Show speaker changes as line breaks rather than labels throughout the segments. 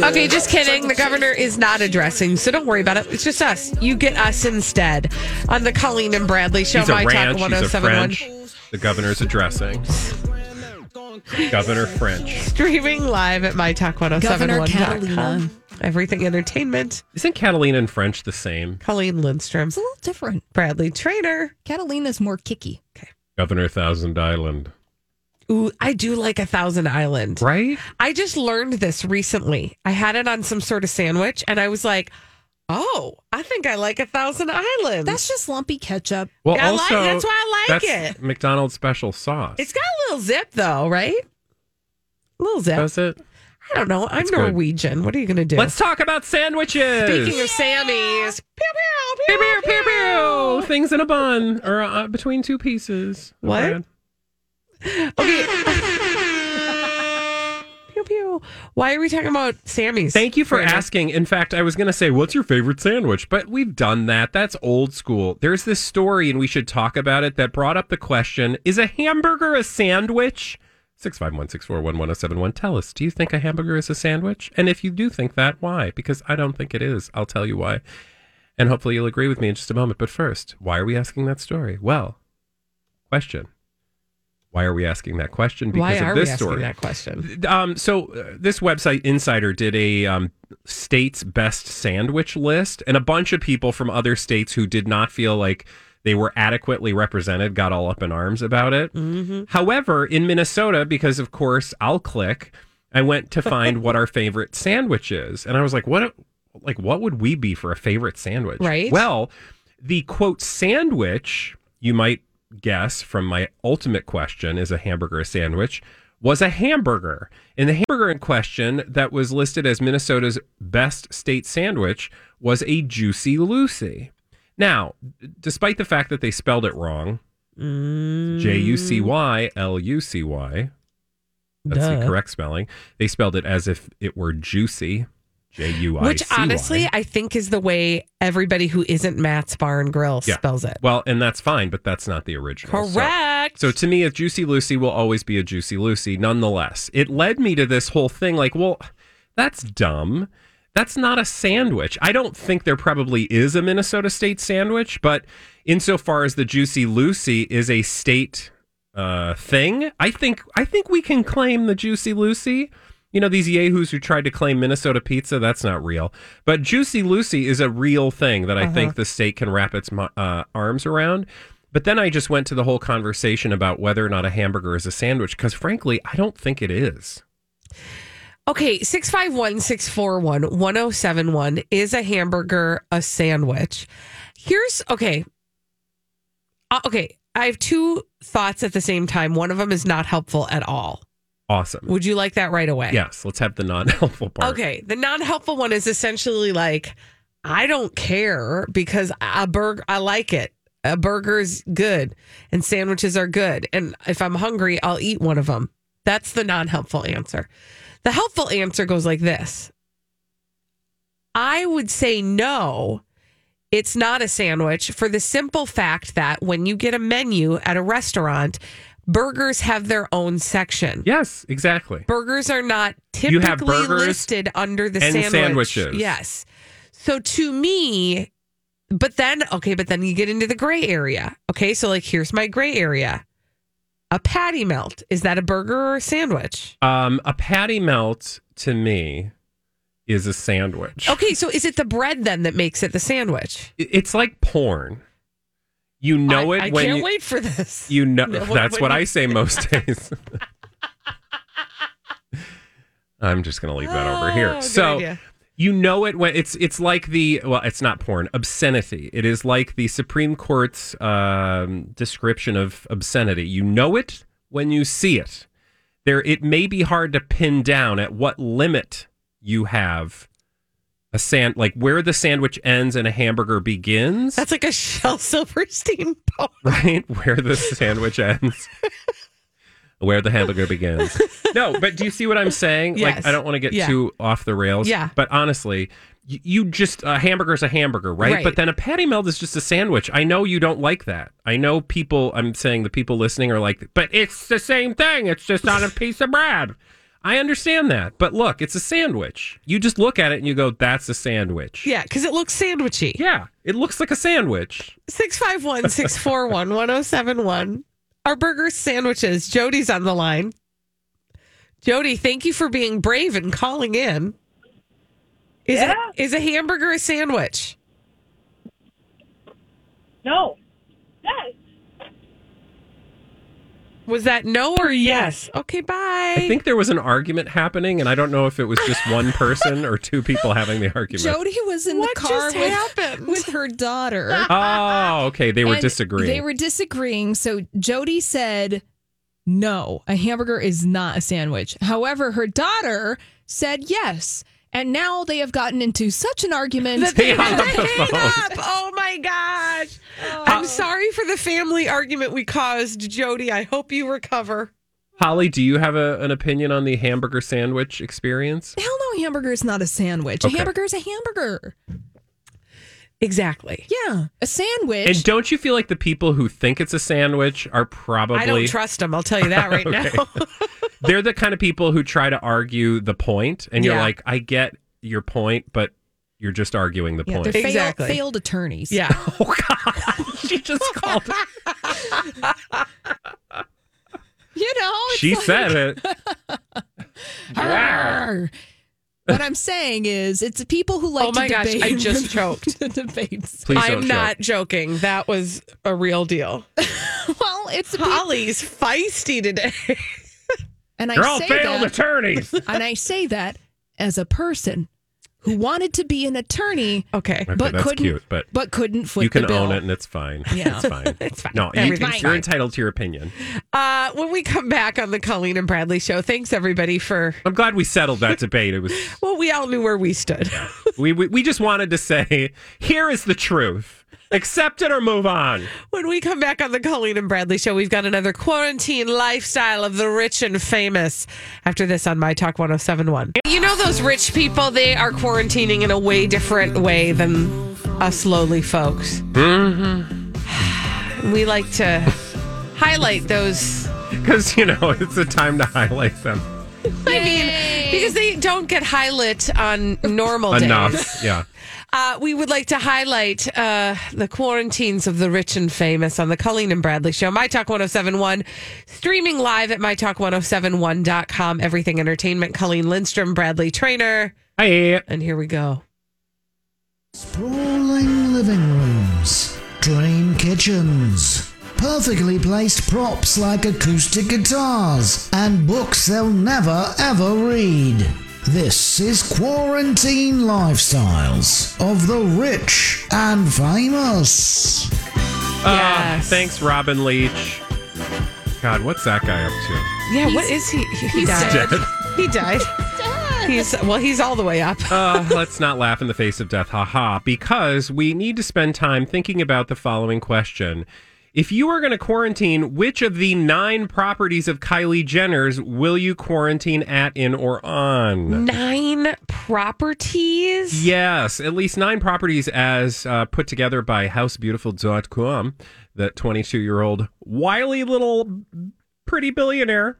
Okay, just kidding. The governor is not addressing, so don't worry about it. It's just us. You get us instead on the Colleen and Bradley show.
He's a
My
ranch.
Talk
He's a
1071.
French. The governor's addressing. Governor French.
Streaming live at mytalk1071.com.
Catalina.
Everything entertainment.
Isn't Catalina and French the same?
Colleen Lindstrom,
It's a little different.
Bradley Trainer.
Catalina's more kicky.
Governor Thousand Island.
Ooh, I do like a Thousand Island.
Right?
I just learned this recently. I had it on some sort of sandwich, and I was like, "Oh, I think I like a Thousand Islands."
That's just lumpy ketchup.
Well,
I like- that's why I like
that's
it.
McDonald's special sauce.
It's got a little zip, though, right? A little zip.
Does it?
I don't know. I'm
It's good.
Norwegian. What are you going to do?
Let's talk about sandwiches.
Speaking of Sammy's, pew, pew, pew,
Pew, pew, pew, pew.
pew.
things in a bun or uh, between two pieces.
What?
Brad.
Okay. pew, pew. Why are we talking about Sammy's?
Thank you for
Brandon?
asking. In fact, I was going to say, what's your favorite sandwich? But we've done that. That's old school. There's this story, and we should talk about it, that brought up the question is a hamburger a sandwich? 651 641 1071. Tell us, do you think a hamburger is a sandwich? And if you do think that, why? Because I don't think it is. I'll tell you why. And hopefully you'll agree with me in just a moment. But first, why are we asking that story? Well, question. Why are we asking that question? Because
Why
of
are we
this
asking
story.
that question?
Um, so uh, this website Insider did a um, state's best sandwich list, and a bunch of people from other states who did not feel like they were adequately represented got all up in arms about it. However, in Minnesota, because of course I'll click, I went to find what our favorite sandwich is, and I was like, what, like what would we be for a favorite sandwich?
Right.
Well, the quote sandwich you might guess from my ultimate question is a hamburger a sandwich was a hamburger and the hamburger in question that was listed as minnesota's best state sandwich was a juicy lucy now despite the fact that they spelled it wrong
Mm.
j-u-c-y-l-u-c-y that's the
Duh.
correct spelling they spelled it as if it were juicy j-u-i-c-y
Which honestly, I think is the way everybody who isn't Matt's Bar and Grill
Yeah.
spells it.
well and that's fine but that's not the original so-
Correct.
So to me, a Juicy Lucy will always be a Juicy Lucy. Nonetheless, it led me to this whole thing like, well, that's dumb. That's not a sandwich. I don't think there probably is a Minnesota state sandwich, but insofar as the Juicy Lucy is a state uh, thing, I think I think we can claim the Juicy Lucy. You know these yahoos who tried to claim Minnesota pizza. That's not real. But Juicy Lucy is a real thing that I
Uh-huh.
think the state can wrap its mi- uh, arms around. But then I just went to the whole conversation about whether or not a hamburger is a sandwich, because frankly, I don't think it is.
Okay, 651 641 1071 is a hamburger a sandwich? Here's okay. Uh, okay, I have two thoughts at the same time. One of them is not helpful at all.
Awesome.
Would you like that right away?
Yes, let's have the non-helpful part.
Okay, the non helpful one is essentially like, I don't care because a burger, I like it. A burger's good and sandwiches are good. And if I'm hungry, I'll eat one of them. That's the non helpful answer. The helpful answer goes like this I would say no, it's not a sandwich for the simple fact that when you get a menu at a restaurant, burgers have their own section.
Yes, exactly.
Burgers are not typically
You have burgers
listed under the
and
sandwich.
sandwiches.
Yes. So to me, but then okay, but then you get into the gray area. Okay, so like here's my gray area. A patty melt is that a burger or a sandwich?
Um, a patty melt to me is a sandwich.
Okay, so is it the bread then that makes it the sandwich?
I- It's like porn. You know
I,
it
I
when
can't
you,
wait for this.
you know
No, what-
that's
what
what
do
I
you-
say most days. I'm just going to leave that over here.
Oh, good
so
idea.
you know it when it's it's like the well it's not porn obscenity it is like the supreme court's um, description of obscenity you know it when you see it there it may be hard to pin down at what limit you have a sand like where the sandwich ends and a hamburger begins
that's like a Shel Silverstein poem.
right where the sandwich ends where the hamburger begins no but do you see what i'm saying
Yes.
like i don't want to get
Yeah.
too off the rails
Yeah.
but honestly you, you just a hamburger's a hamburger right?
Right.
but then a patty melt is just a sandwich i know you don't like that i know people i'm saying the people listening are like but it's the same thing it's just on a piece of bread i understand that but look it's a sandwich you just look at it and you go that's a sandwich
Yeah, because it looks sandwichy.
yeah it looks like a sandwich
651 641 1071. Our burger sandwiches. Jody's on the line. Jody, thank you for being brave and calling in. Is,
Yeah.
it, is a hamburger a sandwich?
No. Yes.
Was that no or yes? Okay, bye.
I think there was an argument happening, and I don't know if it was just one person or two people having the argument.
Jody was in
What
the car
just
with,
happened?
with her daughter.
Oh, okay. They were
And
disagreeing.
They were disagreeing. So Jody said, no, a hamburger is not a sandwich. However, her daughter said yes. And now they have gotten into such an argument.
that they
Hang
had to
up the
hang up.
phone. Oh.
Oh my gosh. I'm sorry for the family argument we caused, Jody. I hope you recover.
Holly, do you have a, an opinion on the hamburger sandwich experience?
Hell no, hamburger is not a sandwich.
Okay.
A hamburger is a hamburger.
Exactly.
Yeah. A sandwich.
And don't you feel like the people who think it's a sandwich are probably
I don't trust them. I'll tell you that right now.
they're the kind of people who try to argue the point, and you're
Yeah.
like, I get your point, but you're just arguing the
yeah,
point.
they're failed-
Exactly.
failed, attorneys.
yeah.
Oh God! she just called.
You know, it's
she
like-
said it.
Arr. What I'm saying is, it's the people who like
Oh my
to
gosh,
debate.
I just choked.
the debates.
Please don't
I'm
joke.
not joking. That was a real deal.
Well, it's the people,
Holly's feisty today.
and I
You're all
say
failed
that,
attorneys.
and I say that as a person who wanted to be an attorney
Okay.
Okay,
but
that's
couldn't,
cute, but
but couldn't foot
you can
the bill.
own it and it's fine.
Yeah.
It's fine. it's
fine.
No, you,
Everything's
you're
fine.
entitled to your opinion.
Uh, when we come back on the Colleen and Bradley show, thanks everybody for.
I'm glad we settled that debate. It was
Well, we all knew where we stood.
we, we we just wanted to say here is the truth. Accept it or move on.
When we come back on the Colleen and Bradley show, we've got another quarantine lifestyle of the rich and famous. After this on My Talk 1071. You know, those rich people, they are quarantining in a way different way than us lowly folks. Mm-hmm. We like to highlight those.
Because you know it's a time to highlight them
I mean, because they don't get highlit on normal days.
enough. Yeah.
Uh, we would like to highlight uh, the quarantines of the rich and famous on the Colleen and Bradley Show, My Talk 1071, streaming live at MyTalk1071.com. Everything Entertainment, Colleen Lindstrom, Bradley Trainer.
Hey, uh,
And here we go.
Sprawling living rooms, dream kitchens, perfectly placed props like acoustic guitars, and books they'll never ever read. This is Quarantine Lifestyles of the Rich and Famous.
Ah,
Yes.
thanks, Robin Leach. God, what's that guy up to?
Yeah, what is he? He, died.
dead.
He died. He's well. He's all the way up.
Uh, let's not laugh in the face of death, haha, because we need to spend time thinking about the following question. If you are going to quarantine, which of the nine properties of Kylie Jenner's will you quarantine at, in, or on?
Nine properties.
Yes, at least nine properties as uh, put together by housebeautiful.com, that 22 year old wily little pretty billionaire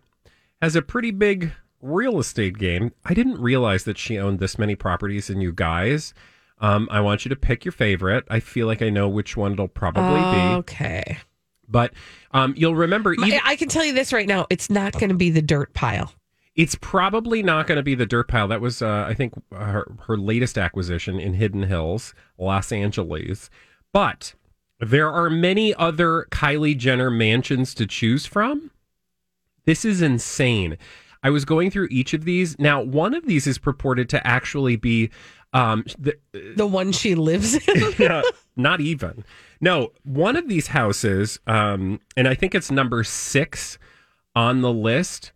has a pretty big real estate game. I didn't realize that she owned this many properties, and you guys, um, I want you to pick your favorite. I feel like I know which one it'll probably
Oh.
be,
Okay.
but um, you'll remember.
I-
Even-
I can tell you this right now. It's not going to be the dirt pile.
It's probably not going to be the dirt pile. That was, uh, I think, her, her latest acquisition in Hidden Hills, Los Angeles. But there are many other Kylie Jenner mansions to choose from. This is insane. I was going through each of these. Now, one of these is purported to actually be um, the,
The one she lives in.
yeah, not even. No, one of these houses, um, and I think it's number six on the list.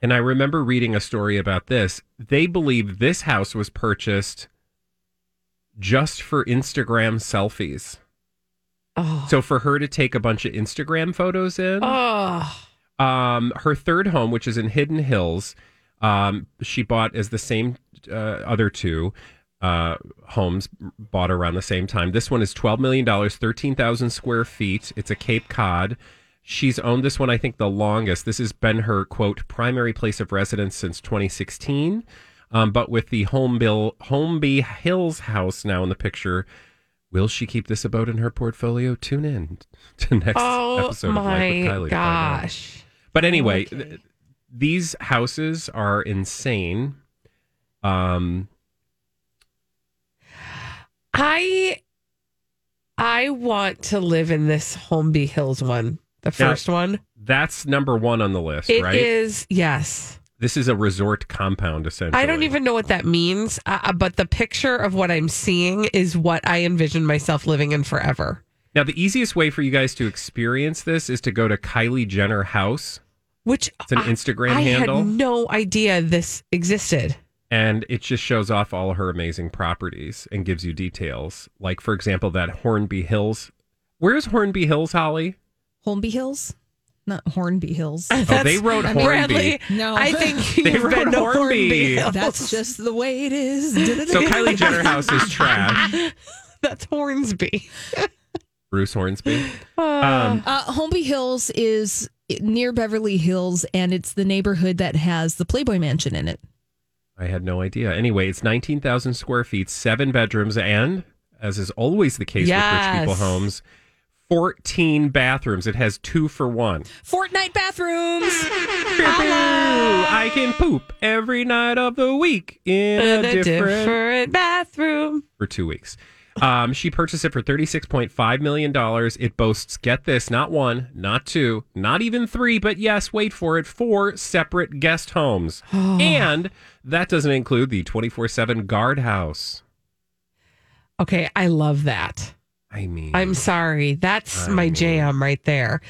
And I remember reading a story about this. They believe this house was purchased just for Instagram selfies.
Oh.
So for her to take a bunch of Instagram photos in.
oh.
Um, her third home, which is in Hidden Hills, um, she bought as the same uh, other two uh, homes bought around the same time. This one is twelve million dollars, thirteen thousand square feet. It's a Cape Cod. She's owned this one, I think, the longest. This has been her quote primary place of residence since 2016. Um, but with the home bill, Homeby Hills house now in the picture, will she keep this abode in her portfolio? Tune in to next
Oh
episode of Life with Kylie. to
my
find out.
gosh.
But anyway,
Oh,
th- these houses are insane. Um,
I I want to live in this Holmby Hills one. The
Now,
first one.
that's number one on the list,
It is
right?
yes.
This is a resort compound, essentially.
I don't even know what that means, uh, uh, but the picture of what I'm seeing is what I envision myself living in forever.
Now, the easiest way for you guys to experience this is to go to Kylie Jenner House,
Which
It's an
I-
Instagram
I
handle?
had no idea this existed.
and it just shows off all her amazing properties and gives you details. Like, for example, that Hornby Hills. Where's Hornby Hills, Holly?
Holmby Hills? Not Hornby Hills.
Oh, they wrote
I mean-
Hornby.
Bradley,
No.
I think
They
you've
wrote
been to
Hornby.
Hornby. Hills.
That's just the way it is.
So Kylie Jenner House is trash.
that's Hornsby. Ah.
Bruce Hornsby. Um,
Uh, Holmby Hills is near Beverly Hills, and it's the neighborhood that has the Playboy Mansion in it.
I had no idea. Anyway, it's 19,000 square feet, seven bedrooms, and as is always the case with rich people
Yes.
homes, 14 bathrooms. It has two for one.
Fortnite bathrooms.
Pew, pew. I can poop every night of the week in
In
a, different,
bathroom.
for two weeks. Um, she purchased it for $36.5 million. It boasts, get this, not one, not two, not even three, but yes, wait for it, four separate guest homes.
Oh.
And that doesn't include the 24 7 guardhouse.
Okay, I love that.
I mean,
I'm sorry. That's
I
my
mean-
jam right there.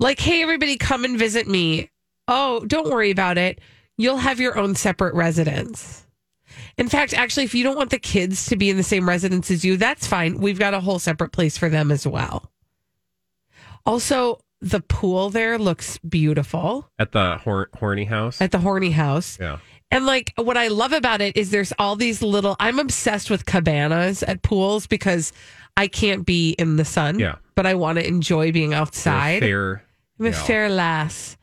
Like, hey, everybody, come and visit me. Oh, don't worry about it. You'll have your own separate residence. In fact, actually, if you don't want the kids to be in the same residence as you, that's fine. We've got a whole separate place for them as well. Also, the pool there looks beautiful
at the hor- horny house.
at the Horny House.
yeah,
And like what I love about it is there's all these little I'm obsessed with cabanas at pools because I can't be in the sun.
Yeah.
But I want to enjoy being outside.
fair.
I'm a
yeah.
fair lass.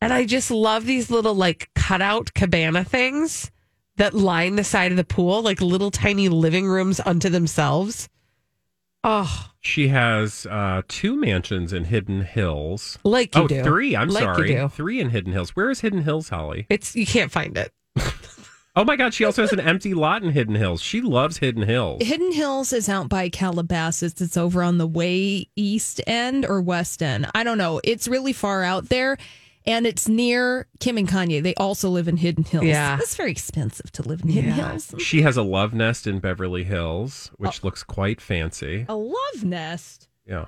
And I just love these little like cutout cabana things that line the side of the pool, like little tiny living rooms unto themselves. Oh,
She has uh, two mansions in Hidden Hills.
like you
oh,
do.
three. I'm
Like you
sorry,
do.
three in Hidden Hills. Where is Hidden Hills, Holly?
It's you can't find it.
Oh my God, she also has an empty lot in Hidden Hills. She loves Hidden Hills.
Hidden Hills is out by Calabasas. It's over on the way east end or west end. I don't know. It's really far out there. And it's near Kim and Kanye. They also live in Hidden Hills.
Yeah.
It's very expensive to live in Hidden
Yeah.
Hills.
She has a love nest in Beverly Hills, which
Oh.
looks quite fancy.
A love nest.
Yeah.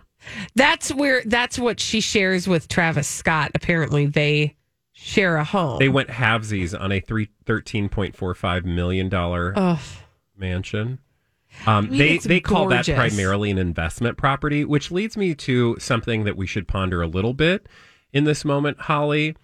That's where that's what she shares with Travis Scott. Apparently they share a home.
They went halvesies on a three thirteen point four five million dollar
Ugh.
mansion. Um,
mean,
they
it's
they call that
gorgeous.
primarily an investment property, which leads me to something that we should ponder a little bit in this moment, Holly.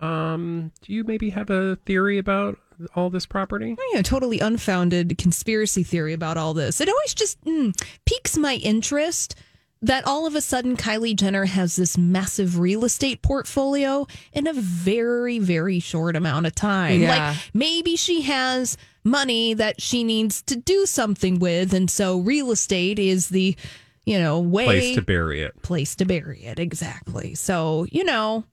Um, do you maybe have a theory about all this property?
you know, totally unfounded conspiracy theory about all this. It always just mm, piques my interest that all of a sudden Kylie Jenner has this massive real estate portfolio in a very, very short amount of time.
Yeah.
Like maybe she has money that she needs to do something with. And so real estate is the, you know, way
Place to bury it.
place to bury it. Exactly. So, you know,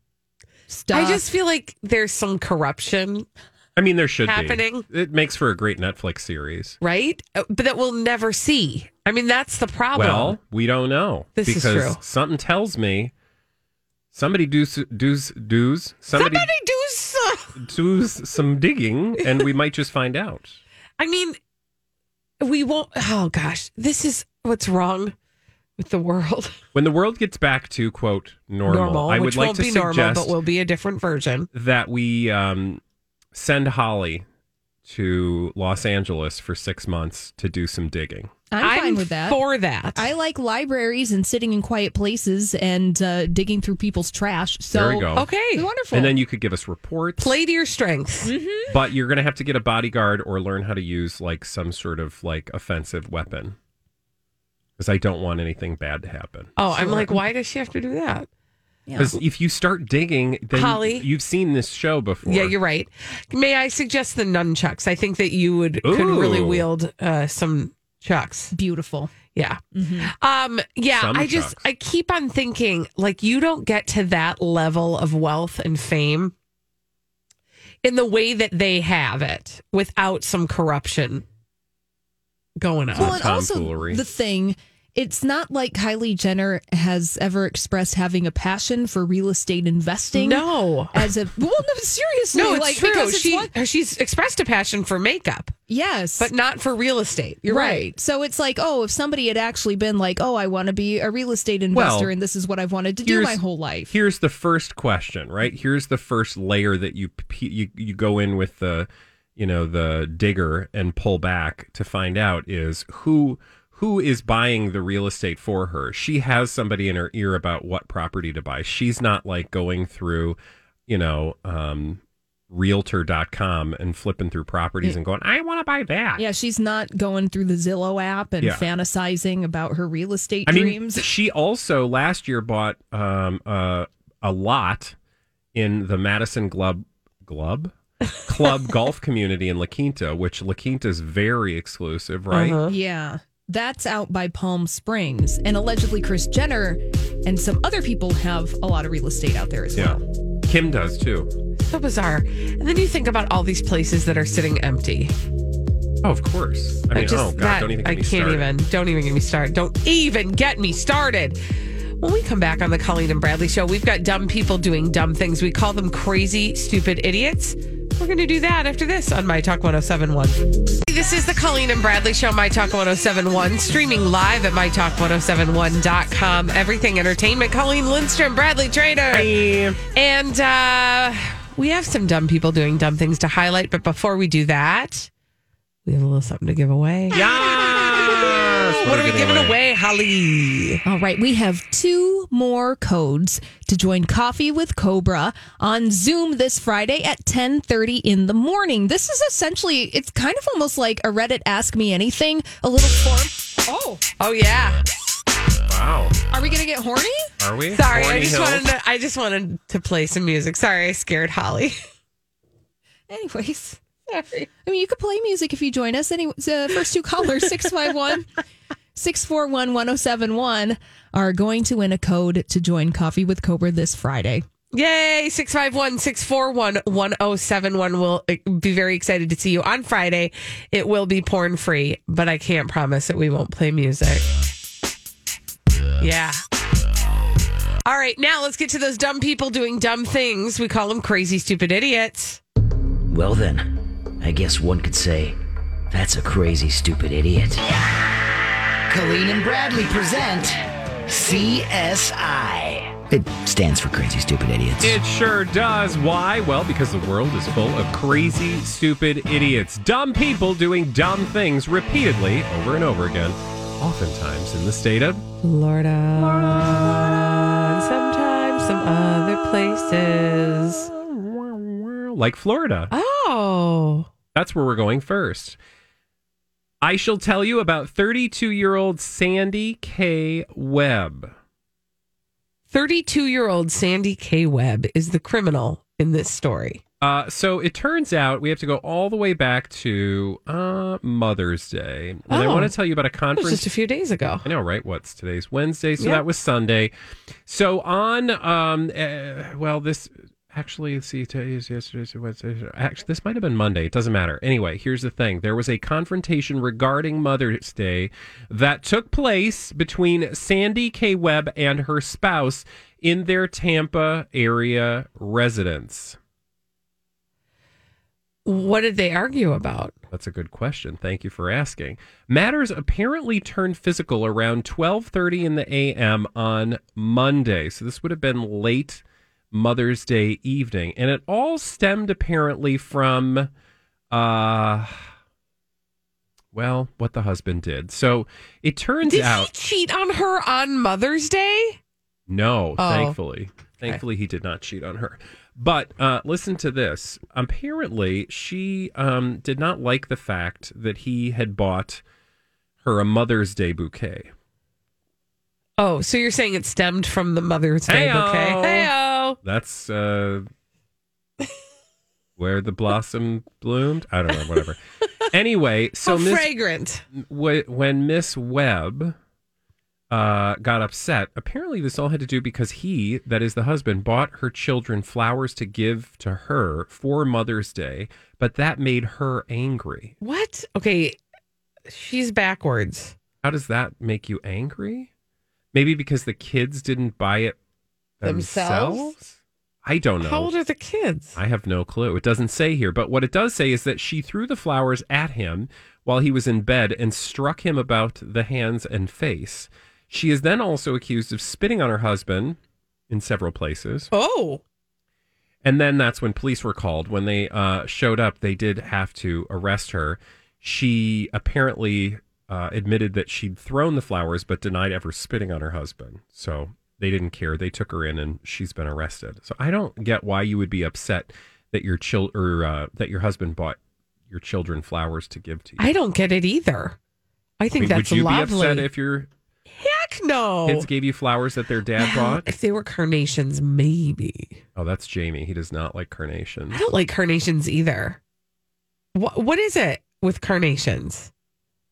I
stuff.
just feel like there's some corruption,
I mean, there should
Happening.
be. It makes for a great Netflix series.
right? Uh, But that we'll never see. I mean, that's the problem.
Well, we don't know
This is
because
true.
something tells me somebody does does does somebody,
somebody do some.
does some digging, and we might just find out.
I mean, we won't. Oh gosh, this is what's wrong with the world.
When the world gets back to quote normal, I would
which
like
won't
to
be
suggest
normal, but will be a different version.
that we um, send Holly to Los Angeles for six months to do some digging.
I'm, fine with that.
For that,
I like libraries and sitting in quiet places and uh, digging through people's trash. So
There we go.
okay.
wonderful.
And then you could give us reports.
Play to your strengths.
but you're going to have to get a bodyguard or learn how to use like some sort of like offensive weapon because i don't want anything bad to happen
Oh, I'm like, why does she have to do that?
Yeah.
because if you start digging then
Holly.
you've seen this show before
Yeah, you're right. May I suggest the nunchucks? I think that you would could
Ooh.
really wield uh, some chucks.
beautiful.
Yeah. Um, yeah,
Mm-hmm. Some
I just
chucks.
I keep on thinking like you don't get to that level of wealth and fame in the way that they have it without some corruption going on.
Well, and
tomfoolery.
also the thing, it's not like Kylie Jenner has ever expressed having a passion for real estate investing.
no.
As a well, no, seriously,
No, it's
like,
true.
Because it's
she
one-
she's expressed a passion for makeup,
yes,
but not for real estate. You're right.
So it's like, oh, if somebody had actually been like, oh, I want to be a real estate investor,
Well,
and this is what I've wanted to do
here's-
my whole life.
here's the first question right here's the first layer that you p- you, you go in with the you know the digger and pull back to find out is who who is buying the real estate for her she has somebody in her ear about what property to buy she's not like going through you know um realtor.com and flipping through properties and going i want to buy that
Yeah, she's not going through the Zillow app and
Yeah.
fantasizing about her real estate
I mean,
dreams.
she also last year bought um, uh, a lot in the Madison Glub Glub Club golf community in La Quinta, which La Quinta is very exclusive, right?
Uh-huh.
yeah, that's out by Palm Springs, and allegedly Chris Jenner and some other people have a lot of real estate out there as
Yeah,
well.
Kim does too.
So bizarre. And then you think about all these places that are sitting empty.
Oh, of course. I mean,
just
oh god,
that-
don't even. Get
I
me
can't
started.
even. Don't even get me started. Don't even get me started. When we come back on the Colleen and Bradley show, we've got dumb people doing dumb things. We call them crazy, stupid idiots. We're going to do that after this on My Talk 1071. This is the Colleen and Bradley show, My Talk 1071, streaming live at MyTalk1071.com. Everything Entertainment. Colleen Lindstrom, Bradley Trainer. And uh, we have some dumb people doing dumb things to highlight. But before we do that, we have a little something to give away.
Yes!
What are we giving away, Holly?
All right, we have two more codes to join Coffee with Cobra on Zoom this Friday at 10:30 in the morning. This is essentially it's kind of almost like a Reddit ask me anything, a little form. Oh,
Oh yeah.
Wow,
are we going to get horny?
are we?
Sorry,
Horny
I just
Hill?
wanted to, I just wanted to play some music. Sorry, I scared Holly.
Anyways, sorry. I mean, you could play music if you join us. Anyway, the first two callers 651 641 1071 are going to win a code to join Coffee with Cobra this Friday.
Yay! 651-641-1071. We'll uh, be very excited to see you on Friday. It will be porn free, but I can't promise that we won't play music. Yeah. All right, now let's get to those dumb people doing dumb things. We call them crazy, stupid idiots.
Well, then, I guess one could say that's a crazy, stupid idiot.
Colleen and Bradley present CSI.
It stands for crazy, stupid idiots.
It sure does. Why? Well, because the world is full of crazy, stupid idiots. Dumb people doing dumb things repeatedly over and over again, oftentimes in the state of.
Florida. And sometimes some other places.
Like Florida.
Oh.
That's where we're going first. I shall tell you about 32 year old Sandy K. Webb.
32 year old Sandy K. Webb is the criminal in this story.
Uh, so it turns out we have to go all the way back to uh, Mother's Day. And I
Oh.
want to tell you about a
It was
conference.
just a few days ago.
I know, right? What's today's Wednesday? So
Yeah.
that was Sunday. So on, um, uh, well, this Actually, see, today's yesterday's Wednesday. Actually, this might have been Monday. It doesn't matter. Anyway, here's the thing: there was a confrontation regarding Mother's Day that took place between Sandy K. Webb and her spouse in their Tampa area residence.
What did they argue about?
That's a good question. Thank you for asking. Matters apparently turned physical around 12:30 in the a.m. on Monday. So this would have been late Mother's Day evening, and it all stemmed apparently from uh well, what the husband did. So it turns
Did
out
he cheat on her on Mother's Day?
no,
Oh.
thankfully. Thankfully, he did not cheat on her. But uh, listen to this. Apparently, she um, did not like the fact that he had bought her a Mother's Day bouquet.
Oh, so you're saying it stemmed from the Mother's Day
Heyo.
bouquet? Heyo.
That's uh, where the blossom bloomed. I don't know, whatever. anyway, so
So
Miss
fragrant.
wh- when Miss Webb uh, got upset, apparently this all had to do because he, that is the husband, bought her children flowers to give to her for Mother's Day, but that made her angry.
What? Okay, she's backwards.
How does that make you angry? Maybe because the kids didn't buy it
Themselves?
themselves? I don't know.
How old are the kids?
Oh, I have no clue. It doesn't say here, but what it does say is that she threw the flowers at him while he was in bed and struck him about the hands and face. She is then also accused of spitting on her husband in several places.
Oh,
And then that's when police were called. When they uh, showed up, they did have to arrest her. She apparently uh, admitted that she'd thrown the flowers, but denied ever spitting on her husband. So they didn't care. They took her in, and she's been arrested. So I don't get why you would be upset that your child or uh, that your husband bought your children flowers to give to you.
I don't get it either. I think
mean,
that's
would you
lovely.
be upset if your
Heck no.
kids gave you flowers that their dad
Well,
bought?
If they were carnations, maybe.
Oh, that's Jamie. He does not like carnations.
I don't like carnations either. What What is it with carnations?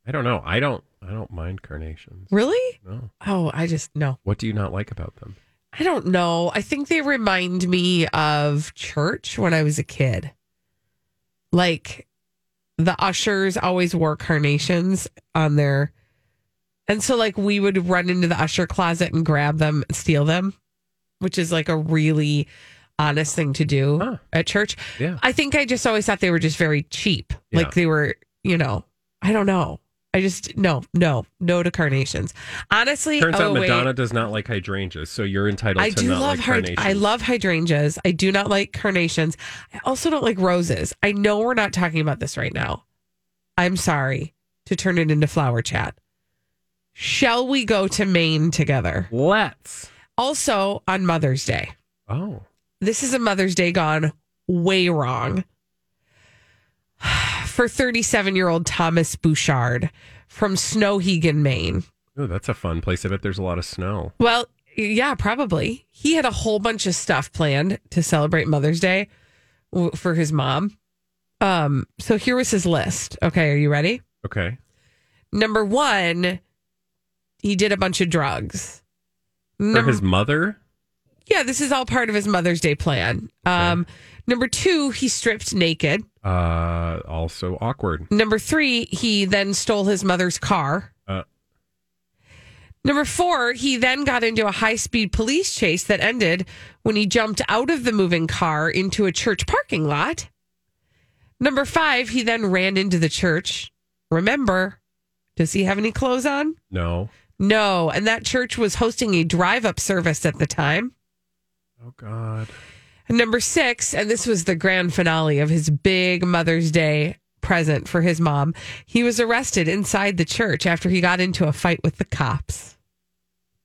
I don't know. I don't. I don't mind carnations.
Really?
No.
Oh, I just no.
What do you not like about them?
I don't know. I think they remind me of church when I was a kid. Like the ushers always wore carnations on their and so like we would run into the usher closet and grab them, steal them, which is like a really honest thing to do
Huh.
at church.
Yeah.
I think I just always thought they were just very cheap.
Yeah.
Like they were, you know, I don't know. I just no, no, no to carnations. Honestly,
Turns
oh,
out
wait.
Madonna does not like hydrangeas, so you're entitled
I
to
do
not
love
like
hyd-
carnations.
I love hydrangeas. I do not like carnations. I also don't like roses. I know we're not talking about this right now. I'm sorry to turn it into flower chat. Shall we go to Maine together?
Let's.
Also on Mother's Day.
Oh,
This is a Mother's Day gone way wrong. For 37 year old Thomas Bouchard from Snowhegan, Maine.
oh, that's a fun place. I bet there's a lot of snow.
Well, yeah, probably. He had a whole bunch of stuff planned to celebrate Mother's Day w- for his mom. Um, so here was his list. Okay, are you ready?
Okay.
Number one, he did a bunch of drugs.
For
Number
his mother,
yeah, this is all part of his Mother's Day plan. Um, number two, he stripped naked.
uh, also awkward.
Number three, he then stole his mother's car.
Uh.
Number four, he then got into a high speed police chase that ended when he jumped out of the moving car into a church parking lot. Number five, he then ran into the church. Remember, does he have any clothes on?
No.
No. And that church was hosting a drive up service at the time.
Oh God.
Number six, and this was the grand finale of his big Mother's Day present for his mom. He was arrested inside the church after he got into a fight with the cops.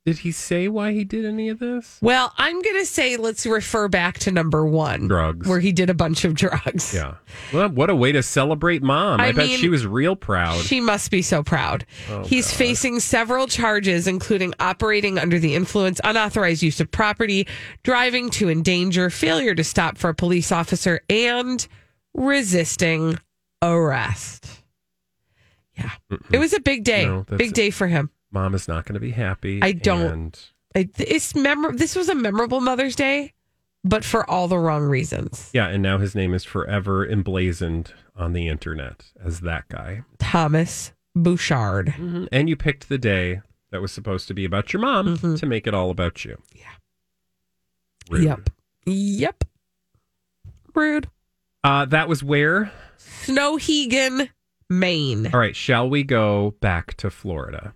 Did he say why he did any of this?
Well, I'm going to say let's refer back to number one
Drugs.
where he did a bunch of drugs.
Yeah. Well, what a way to celebrate mom.
I
I, bet
mean,
she was real proud.
She must be so proud.
Oh,
He's facing several charges, including operating under the influence, unauthorized use of property, driving to endanger, failure to stop for a police officer, and resisting arrest. Yeah. It was a big day.
No, that's-
big day for him.
mom is not going to be happy.
I don't-
and
I, it's memor- This was a memorable Mother's Day, but for all the wrong reasons.
Yeah, and now his name is forever emblazoned on the internet as that guy.
Thomas Bouchard.
Mm-hmm. And you picked the day that was supposed to be about your mom to make it all about you. Yeah.
Yep. Yep. Rude.
Uh, that was where.
Snowhegan, Maine.
All right. Shall we go back to Florida?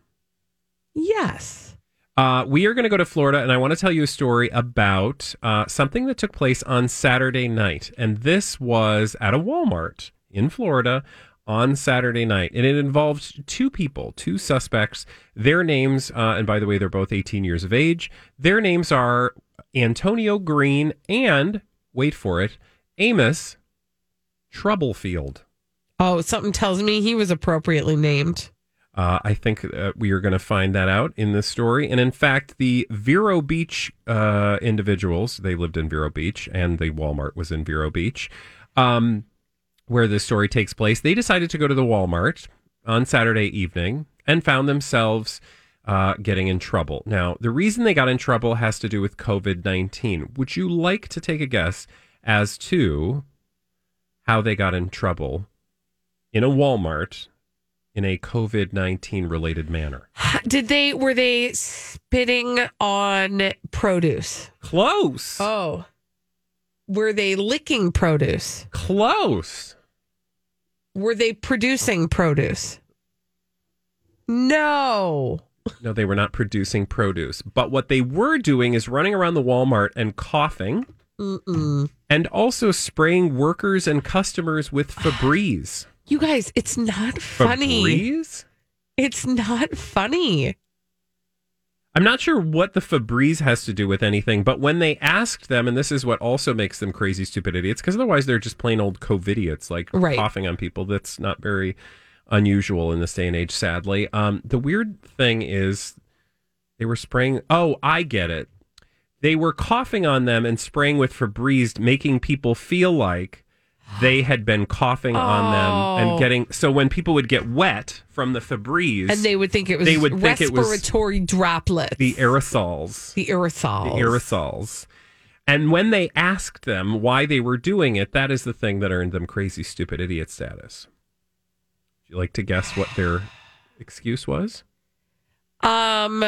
Yes.
Uh, we are going to go to Florida, and I want to tell you a story about uh, something that took place on Saturday night. And this was at a Walmart in Florida on Saturday night. And it involved two people, two suspects. Their names, uh, and by the way, they're both 18 years of age. Their names are Antonio Green and, wait for it, Amos Troublefield.
Oh, something tells me he was appropriately named.
Uh, I think uh, we are going to find that out in this story. And in fact, the Vero Beach uh, individuals, they lived in Vero Beach and the Walmart was in Vero Beach, um, where this story takes place. They decided to go to the Walmart on Saturday evening and found themselves uh, getting in trouble. Now, the reason they got in trouble has to do with COVID 19. Would you like to take a guess as to how they got in trouble in a Walmart? in a COVID 19 related manner.
Did they were they spitting on produce?
Close.
Oh. Were they licking produce?
Close.
Were they producing produce? No.
No, they were not producing produce. But what they were doing is running around the Walmart and coughing
Mm-mm.
and also spraying workers and customers with Febreze.
You guys, it's not funny.
Febreze?
It's not funny.
I'm not sure what the Febreze has to do with anything, but when they asked them, and this is what also makes them crazy, stupid idiots, because otherwise they're just plain old COVID idiots, like
Right.
coughing on people. That's not very unusual in this day and age, sadly. Um, the weird thing is they were spraying. Oh, I get it. They were coughing on them and spraying with Febreze, making people feel like they had been coughing on them
Oh.
and getting. So when people would get wet from the Febreze,
And they would think it was
They would think it was
respiratory droplets.
the aerosols.
the aerosols.
the aerosols. And when they asked them why they were doing it, that is the thing that earned them crazy, stupid idiot status. Would you like to guess what their excuse was?
Um,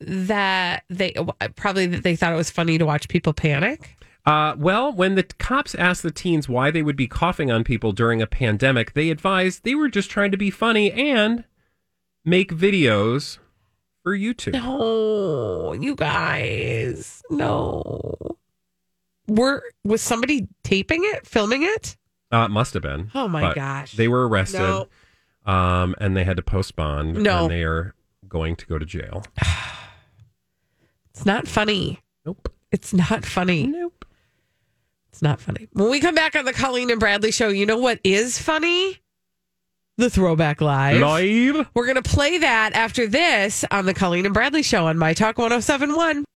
that they probably that they thought it was funny to watch people panic.
Uh, well, when the cops asked the teens why they would be coughing on people during a pandemic, they advised they were just trying to be funny and make videos for YouTube.
No, you guys, no. Were was somebody taping it, filming it?
Uh, it must have been.
Oh, my
But
gosh.
They were arrested
No.
um, and they had to post bond.
No.
And they are going to go to jail.
It's not funny.
Nope.
It's not funny.
Nope.
It's not funny. When we come back on the Colleen and Bradley show, you know what is funny? The throwback live.
Live.
We're going to play that after this on the Colleen and Bradley show on My Talk 1071.